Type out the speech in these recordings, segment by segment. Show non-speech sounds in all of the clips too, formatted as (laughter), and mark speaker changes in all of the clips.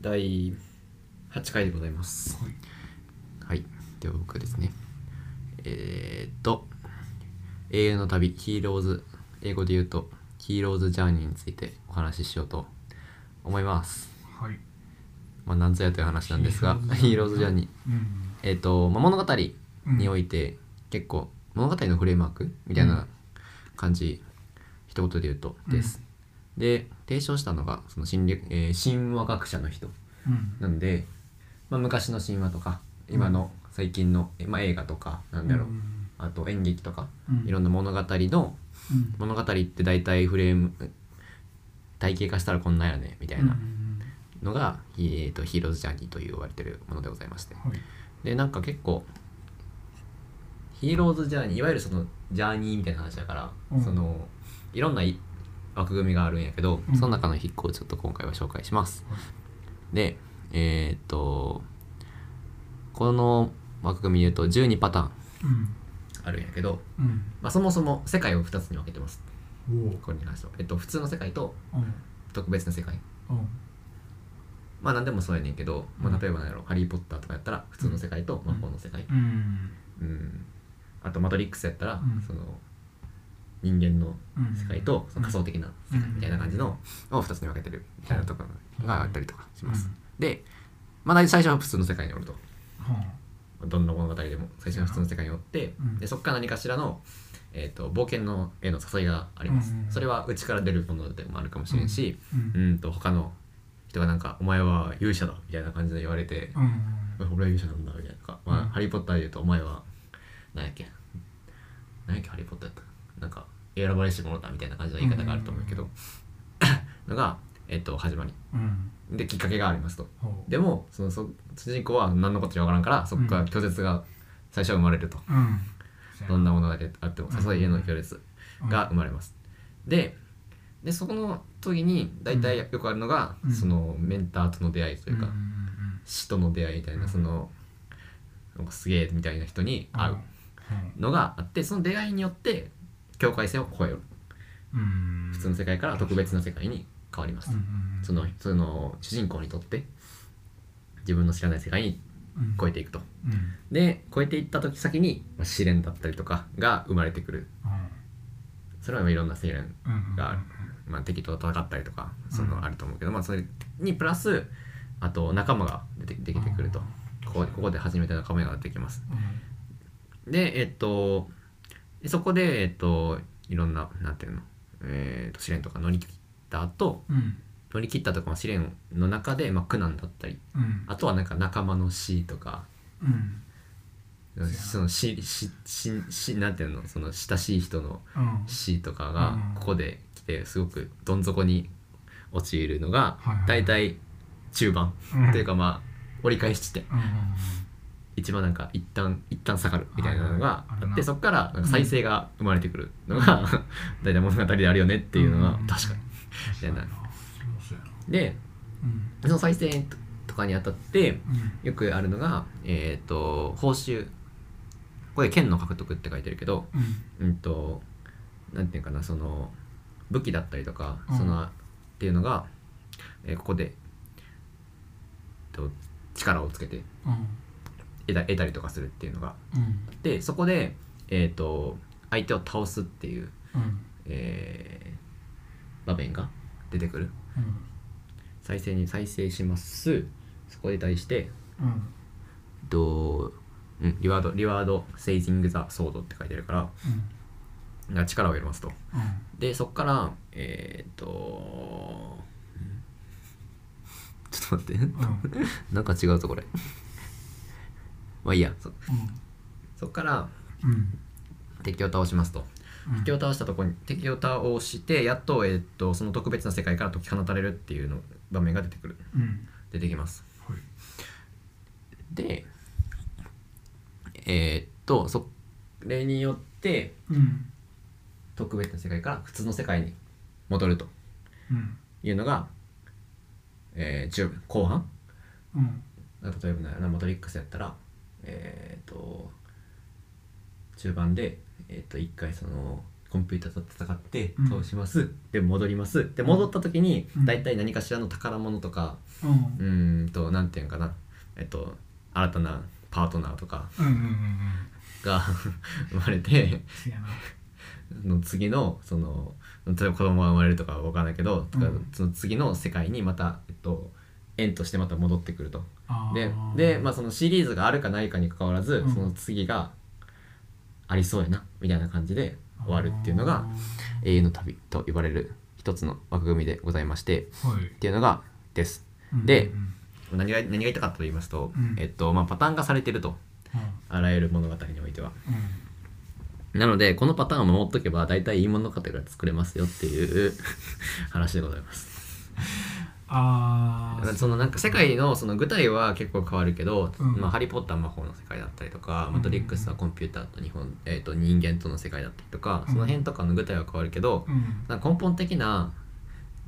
Speaker 1: 第8回でございます
Speaker 2: はい
Speaker 1: はいでは僕ですねえー、っと永遠の旅ヒーローズ英語で言うとヒーローズジャーニーについてお話ししようと思います
Speaker 2: はい
Speaker 1: まあなんぞやという話なんですがヒーローズジャーニー
Speaker 2: うん
Speaker 1: えー、っと、まあ、物語
Speaker 2: うん
Speaker 1: において結構物語のフレームワークみたいな感じ、一言で言うとです、で提唱したのがその心理、えー神話学者の人
Speaker 2: うん
Speaker 1: なんで、まあ、昔の神話とか今の最近の、えまあ、映画とかなんだろう、
Speaker 2: うん
Speaker 1: あと演劇とか
Speaker 2: うん
Speaker 1: いろんな物語の
Speaker 2: うん
Speaker 1: 物語って大体フレーム体系化したらこんなんやねみたいな
Speaker 2: うん
Speaker 1: のが、えー、とヒーローズジャーニーと言われてるものでございまして
Speaker 2: はい
Speaker 1: でなんか結構ヒーローズジャーニーいわゆるそのジャーニーみたいな話だから、
Speaker 2: うん
Speaker 1: そのいろんない枠組みがあるんやけど、
Speaker 2: うん
Speaker 1: その中の一個をちょっと今回は紹介します。
Speaker 2: は
Speaker 1: でえーっとこの枠組みで言うと12パターン
Speaker 2: うん
Speaker 1: あるんやけど、
Speaker 2: うん
Speaker 1: まあ、そもそも世界を2つに分けてます
Speaker 2: おお
Speaker 1: これに関しては、えっと、普通の世界と
Speaker 2: うん
Speaker 1: 特別な世界
Speaker 2: うん
Speaker 1: まあ何でもそうやねんけど、ま
Speaker 2: う
Speaker 1: あ、
Speaker 2: ん
Speaker 1: 例えば何やろ「ハリー・ポッター」とかやったら普通の世界と魔法の世界、
Speaker 2: うん
Speaker 1: うん、あと「マトリックス」やったら、
Speaker 2: うん
Speaker 1: その人間の
Speaker 2: うん
Speaker 1: 世界とその仮想的な世界みたいな感じのを2つに分けてるみたいなところがあったりとかします。で、まあ、大体最初は普通の世界におると
Speaker 2: は
Speaker 1: どんな物語でも最初は普通の世界におって、
Speaker 2: うん
Speaker 1: でそこから何かしらの、えー、と冒険のへの誘いがあります。
Speaker 2: うん
Speaker 1: それは内から出るものでもあるかもしれんし、
Speaker 2: あうん
Speaker 1: うん、と他の人がなんか「お前は勇者だ」みたいな感じで言われて
Speaker 2: うん
Speaker 1: 俺は勇者なんだみたいなとか、まあ
Speaker 2: うん
Speaker 1: ハリー・ポッターで言うとお前は何やっけ何やっけハリー・ポッターやったかななんか選ばれし者だみたいな感じの言い方があると思うけど、 (coughs) のが、えっと、始まり
Speaker 2: うん
Speaker 1: できっかけがありますと
Speaker 2: ほう
Speaker 1: でもそのそ主人公は何のことか分からんからそこから拒絶が最初は生まれると、
Speaker 2: うん
Speaker 1: どんなものであっても
Speaker 2: うん
Speaker 1: 誘いへの拒絶が生まれます、ででそこの時に大体よくあるのが、
Speaker 2: うん
Speaker 1: そのメンターとの出会いというか、
Speaker 2: んん
Speaker 1: 死との出会いみたいな、
Speaker 2: うん
Speaker 1: そのなんかすげえみたいな人に
Speaker 2: うん
Speaker 1: 会うのがあってその出会いによって境界線を越える
Speaker 2: うんうん
Speaker 1: 普通の世界から特別な世界に変わります、
Speaker 2: うん
Speaker 1: そのその主人公にとって自分の知らない世界に
Speaker 2: うん
Speaker 1: 越えていくと
Speaker 2: うんうん
Speaker 1: で越えていった時先にまあ試練だったりとかが生まれてくるそれはいろんな試練、
Speaker 2: うん
Speaker 1: があるまあ、敵と戦ったりとかそうの
Speaker 2: ん
Speaker 1: あると思うけど、まあ、それにプラスあと仲間が出てできてくるとここここで初めて仲間が出てきます
Speaker 2: うん
Speaker 1: でえっとでそこでえっといろんななんていうの、えっと試練とか乗り切った後
Speaker 2: うん
Speaker 1: 乗り切ったとかまあ試練の中で、まあ、苦難だったり
Speaker 2: うん
Speaker 1: あとはなんか仲間の死とか
Speaker 2: うんそうやな
Speaker 1: その死死死死なんていうのその親しい人の
Speaker 2: うん
Speaker 1: 死とか
Speaker 2: う
Speaker 1: が
Speaker 2: ん
Speaker 1: ここで来てすごくどん底に陥るのが
Speaker 2: はいはい
Speaker 1: 大体中盤
Speaker 2: うん
Speaker 1: というかまあ折り返し地点
Speaker 2: うんうんうん
Speaker 1: 一番なんか一旦一旦下がるみたいなのが
Speaker 2: はいはい
Speaker 1: あ
Speaker 2: ある
Speaker 1: っ
Speaker 2: な
Speaker 1: てそこからなんか再生が生まれてくるのが (laughs) 大体物語であるよねっていうのが
Speaker 2: ん
Speaker 1: 確かに。
Speaker 2: 確かにな
Speaker 1: みたいな
Speaker 2: そうやな
Speaker 1: で
Speaker 2: うん
Speaker 1: その再生とかにあたって
Speaker 2: うん
Speaker 1: よくあるのがえっ、と報酬これ剣の獲得って書いてるけど
Speaker 2: うん
Speaker 1: うんとなんていうかなその武器だったりとか、
Speaker 2: うん
Speaker 1: そのっていうのが、えーここで、えっと、力をつけて
Speaker 2: うん
Speaker 1: 得た得たりとかするっていうのが
Speaker 2: うん
Speaker 1: でそこで、えー、と相手を倒すっていう、
Speaker 2: うん
Speaker 1: えー場面が出てくる
Speaker 2: うん
Speaker 1: 再生に再生しますそこで対して
Speaker 2: うん
Speaker 1: と、うん、リワード「リワード・セイジング・ザ・ソード」って書いてあるから
Speaker 2: うん
Speaker 1: が力を入れますと
Speaker 2: うん
Speaker 1: でそっからえー、っとちょっと待って
Speaker 2: うん
Speaker 1: なんか違うぞこれまあいいやそ
Speaker 2: うん
Speaker 1: そっから
Speaker 2: うん
Speaker 1: 敵を倒しますと
Speaker 2: うん
Speaker 1: 敵を倒したとこに敵を倒してやっと,、えーっとその特別な世界から解き放たれるっていうの場面が出てくる
Speaker 2: うん
Speaker 1: 出てきます
Speaker 2: はい
Speaker 1: でえー、っとそれによって
Speaker 2: うん
Speaker 1: 特別な世界から普通の世界に戻ると
Speaker 2: うん
Speaker 1: いうのが、えー、中後半
Speaker 2: うん
Speaker 1: 例えばねマトリックスやったらえっ、と中盤で、えー、と一回そのコンピューターと戦って
Speaker 2: うん
Speaker 1: 倒します、で戻りますで戻った時に
Speaker 2: うん
Speaker 1: 大体何かしらの宝物とか
Speaker 2: うん
Speaker 1: うーんとなんていうんかなえっと新たなパートナーとか
Speaker 2: うんうんうん
Speaker 1: が (laughs) 生まれて
Speaker 2: せやな
Speaker 1: の次のその例えば子供が生まれるとかは分からないけど、とか
Speaker 2: うん
Speaker 1: その次の世界にまた、えっと、縁としてまた戻ってくると。
Speaker 2: あ
Speaker 1: で
Speaker 2: ー
Speaker 1: で、まあ、そのシリーズがあるかないかにかかわらず、
Speaker 2: うん
Speaker 1: その次がありそうやなみたいな感じで終わるっていうのが「永遠の旅」と呼ばれる一つの枠組みでございましてっ
Speaker 2: あーはい
Speaker 1: ていうのがです。
Speaker 2: うん
Speaker 1: で
Speaker 2: うんうん
Speaker 1: 何が何が言いたかったと言いますと、
Speaker 2: うん
Speaker 1: えっとまあ、パターン化されてるとあらゆる物語においては。なのでこのパターンを守っとけば大体いい物語が作れますよっていう (laughs) 話でございます。
Speaker 2: あー
Speaker 1: そのなんか世界のその舞台は結構変わるけど、
Speaker 2: うん
Speaker 1: まあ、ハリー・ポッターは魔法の世界だったりとか、
Speaker 2: うん
Speaker 1: マトリックスはコンピューターと日本、えー、と人間との世界だったりとかその辺とかの舞台は変わるけど、
Speaker 2: うん
Speaker 1: なんか根本的な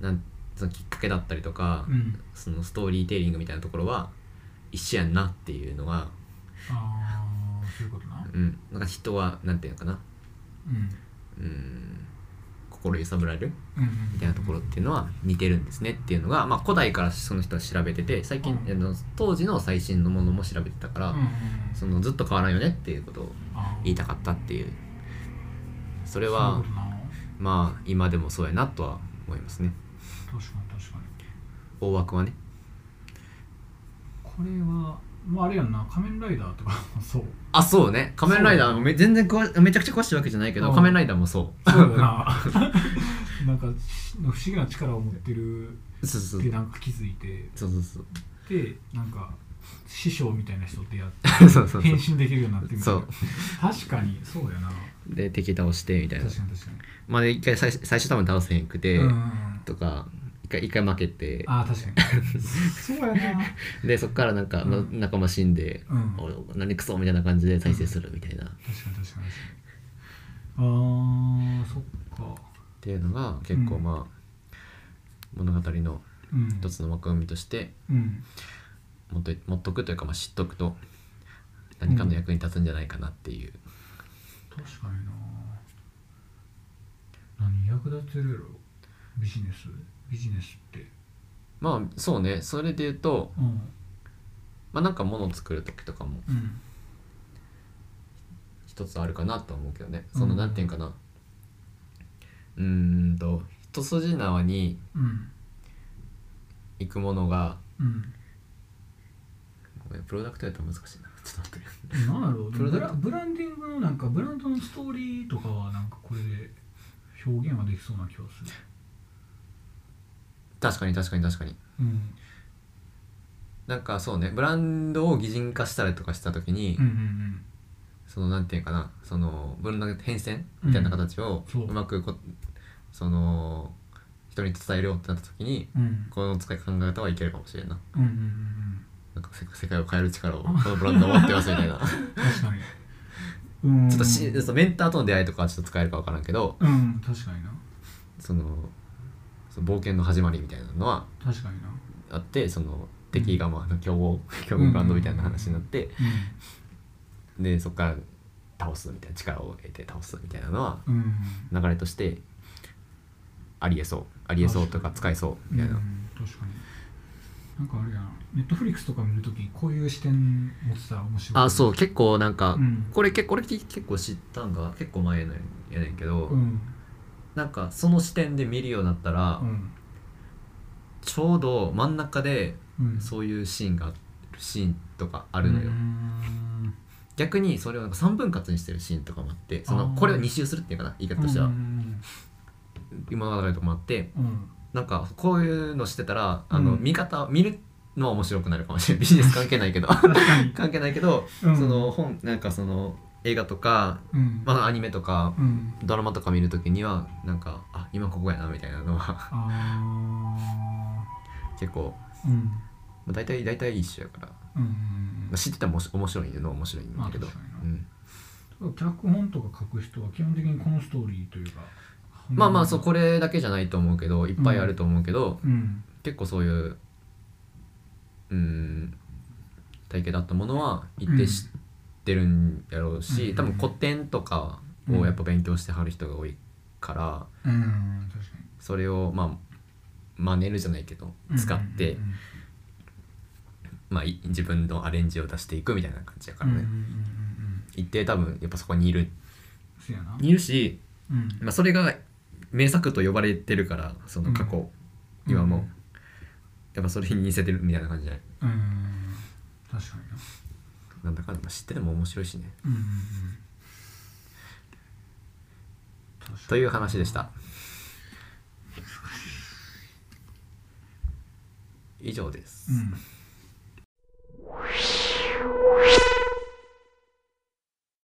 Speaker 1: なんそのきっかけだったりとか、
Speaker 2: うん
Speaker 1: そのストーリーテイリングみたいなところは一緒やんなっていうのが、
Speaker 2: あーそういうことな
Speaker 1: うん、なんか人はなんていうのかな
Speaker 2: うん
Speaker 1: うん心揺さぶられる
Speaker 2: うんうん
Speaker 1: みたいなところっていうのは似てるんですねっていうのが、まあ、古代からその人は調べてて最近、
Speaker 2: うん
Speaker 1: あの当時の最新のものも調べてたから、
Speaker 2: うんうんうん
Speaker 1: そのずっと変わらんよねっていうことを
Speaker 2: あー
Speaker 1: 言いたかったっていうそれ
Speaker 2: そうい
Speaker 1: は
Speaker 2: うことな
Speaker 1: まあ今でもそうやなとは思いますね
Speaker 2: 確かに確かに
Speaker 1: 大枠はね
Speaker 2: これはまああれやんな仮面ライダーとかもそう
Speaker 1: あそうね仮面ライダーもめ全然詳しめちゃくちゃ詳しいわけじゃないけど、
Speaker 2: うん
Speaker 1: 仮面ライダーもそ
Speaker 2: そうだ
Speaker 1: (laughs)
Speaker 2: ななんかし不思議な力を持ってる
Speaker 1: うそうそう
Speaker 2: ってなんか気づいて
Speaker 1: そうそうそう
Speaker 2: でなんか師匠みたいな人と出会っ
Speaker 1: そう (laughs) そ
Speaker 2: て
Speaker 1: う
Speaker 2: 変
Speaker 1: そう
Speaker 2: 身できるようになってみたい
Speaker 1: そ
Speaker 2: な
Speaker 1: う
Speaker 2: 確かにそうやな
Speaker 1: で敵倒してみたいな
Speaker 2: 確かに確かに
Speaker 1: まあで一回最最初多分倒せへんくて、
Speaker 2: うんうんうん
Speaker 1: とか一回一回負けて
Speaker 2: ああ確か
Speaker 1: (laughs)
Speaker 2: にそうやな
Speaker 1: でそっからなんか、
Speaker 2: うん
Speaker 1: ま仲間死んで、
Speaker 2: うん確かに
Speaker 1: お何クソみたいな感じで再生するみたいな、っ
Speaker 2: 確かに確かにあーそっか
Speaker 1: ていうのが結構
Speaker 2: うん
Speaker 1: まあ、物語の
Speaker 2: うん
Speaker 1: 一つの枠組みとして
Speaker 2: うん
Speaker 1: 持っと持っとくというか、まあ、知っとくと何かの役に立つんじゃないかなっていう、
Speaker 2: 確かにな何役立てるやろビジネスビジネスって
Speaker 1: まあそうねそれで言うと、
Speaker 2: うん
Speaker 1: まあ、なんか物を作る時とかも
Speaker 2: うん
Speaker 1: 一つあるかなとは思うけどね
Speaker 2: うん
Speaker 1: その何て言うかなうーんと一筋縄に
Speaker 2: うん
Speaker 1: 行くものが
Speaker 2: うん
Speaker 1: ごめんプロダクトやったら難しいなちょっと待って
Speaker 2: なんやろう
Speaker 1: プロ
Speaker 2: ブ
Speaker 1: ダ
Speaker 2: ラ
Speaker 1: クト
Speaker 2: ブランディングのなんかブランドのストーリーとかはなんかこれで表現はできそうな気がする
Speaker 1: 確かに確かに確かに
Speaker 2: うん
Speaker 1: なんかそうねブランドを擬人化したりとかした時に、
Speaker 2: うんうんうん
Speaker 1: そのなんていうかなその分断変遷みたいな形を
Speaker 2: うんそう
Speaker 1: うまくこ、その人に伝えるようってなった時に
Speaker 2: うん
Speaker 1: この使い考え方はいけるかもしれんな
Speaker 2: うんうんうん
Speaker 1: なんか世世界を変える
Speaker 2: (laughs)
Speaker 1: 力をこのブランドを持ってますみたいなち
Speaker 2: 確かにうん
Speaker 1: ょっとしそのメンターとの出会いとかはちょっと使えるか分からんけど
Speaker 2: うん確かにな
Speaker 1: そのその冒険の始まりみたいなのは
Speaker 2: 確かにな
Speaker 1: あってその敵がまああの強
Speaker 2: (laughs)
Speaker 1: 豪強豪ブランドみたいな話になって、でそこから倒すみたいな力を得て倒すみたいなのは
Speaker 2: うんうん
Speaker 1: 流れとしてありえそうありえそうとか使えそうみたいな、
Speaker 2: うん確かになんかあれやなネットフリックスとか見るときこういう視点持ってたら面白い
Speaker 1: あそう結構なんか、
Speaker 2: うん
Speaker 1: これ結構俺き結構知ったんが結構前のやねんけど、
Speaker 2: うん
Speaker 1: なんかその視点で見るようになったら、
Speaker 2: うん
Speaker 1: ちょうど真ん中で
Speaker 2: うん
Speaker 1: そういうシーンがシーンとかあ
Speaker 2: あ
Speaker 1: るのよ、
Speaker 2: ん
Speaker 1: 逆にそれをなんか3分割にしてるシーンとかもあってその
Speaker 2: あー
Speaker 1: これを2周するっていうかな言い方としては、
Speaker 2: うん
Speaker 1: 今の流れとかもあって
Speaker 2: うんうん
Speaker 1: なんかこういうのしてたらあの、
Speaker 2: うん
Speaker 1: 見方見るのは面白くなるかもしれないビジネス関係ない
Speaker 2: (laughs)
Speaker 1: けど
Speaker 2: 確かに
Speaker 1: 関係ないけど、
Speaker 2: うん
Speaker 1: その本なんかその映画とか、
Speaker 2: うん
Speaker 1: まあ、アニメとか
Speaker 2: うん
Speaker 1: ドラマとか見るときにはなんかあ今ここやなみたいなのは (laughs)
Speaker 2: あ
Speaker 1: 結構
Speaker 2: ーうん
Speaker 1: まあ大体大体一緒やから、ま
Speaker 2: うんうん
Speaker 1: あ知ってたらもし面白いのは面白いんだけど、
Speaker 2: まあ確か
Speaker 1: う
Speaker 2: に
Speaker 1: ん、
Speaker 2: うん脚本とか書く人は基本的にこのストーリーというか
Speaker 1: まあまあそうこれだけじゃないと思うけどいっぱいあると思うけど、
Speaker 2: うん
Speaker 1: 結構そういううん体型だったものは一定知ってるんやろうし、
Speaker 2: うん
Speaker 1: 多分古典とかをやっぱ勉強してはる人が多いから
Speaker 2: うん確かに
Speaker 1: それをまあ真似るじゃないけど使って、
Speaker 2: うんうんうんうん
Speaker 1: まあ、い自分のアレンジを出していくみたいな感じやからね、
Speaker 2: うんうんうんうん
Speaker 1: 一定多分やっぱそこにいる
Speaker 2: そうやな、
Speaker 1: いるし、
Speaker 2: うん、
Speaker 1: まあ、それが名作と呼ばれてるからその過去、
Speaker 2: うん
Speaker 1: 今も、
Speaker 2: うん
Speaker 1: やっぱそれに似せてるみたいな感じじゃない
Speaker 2: うん確かにな
Speaker 1: なんだかんだ知ってても面白いしね
Speaker 2: うんうんうん確かに
Speaker 1: という話でした以上です、
Speaker 2: うん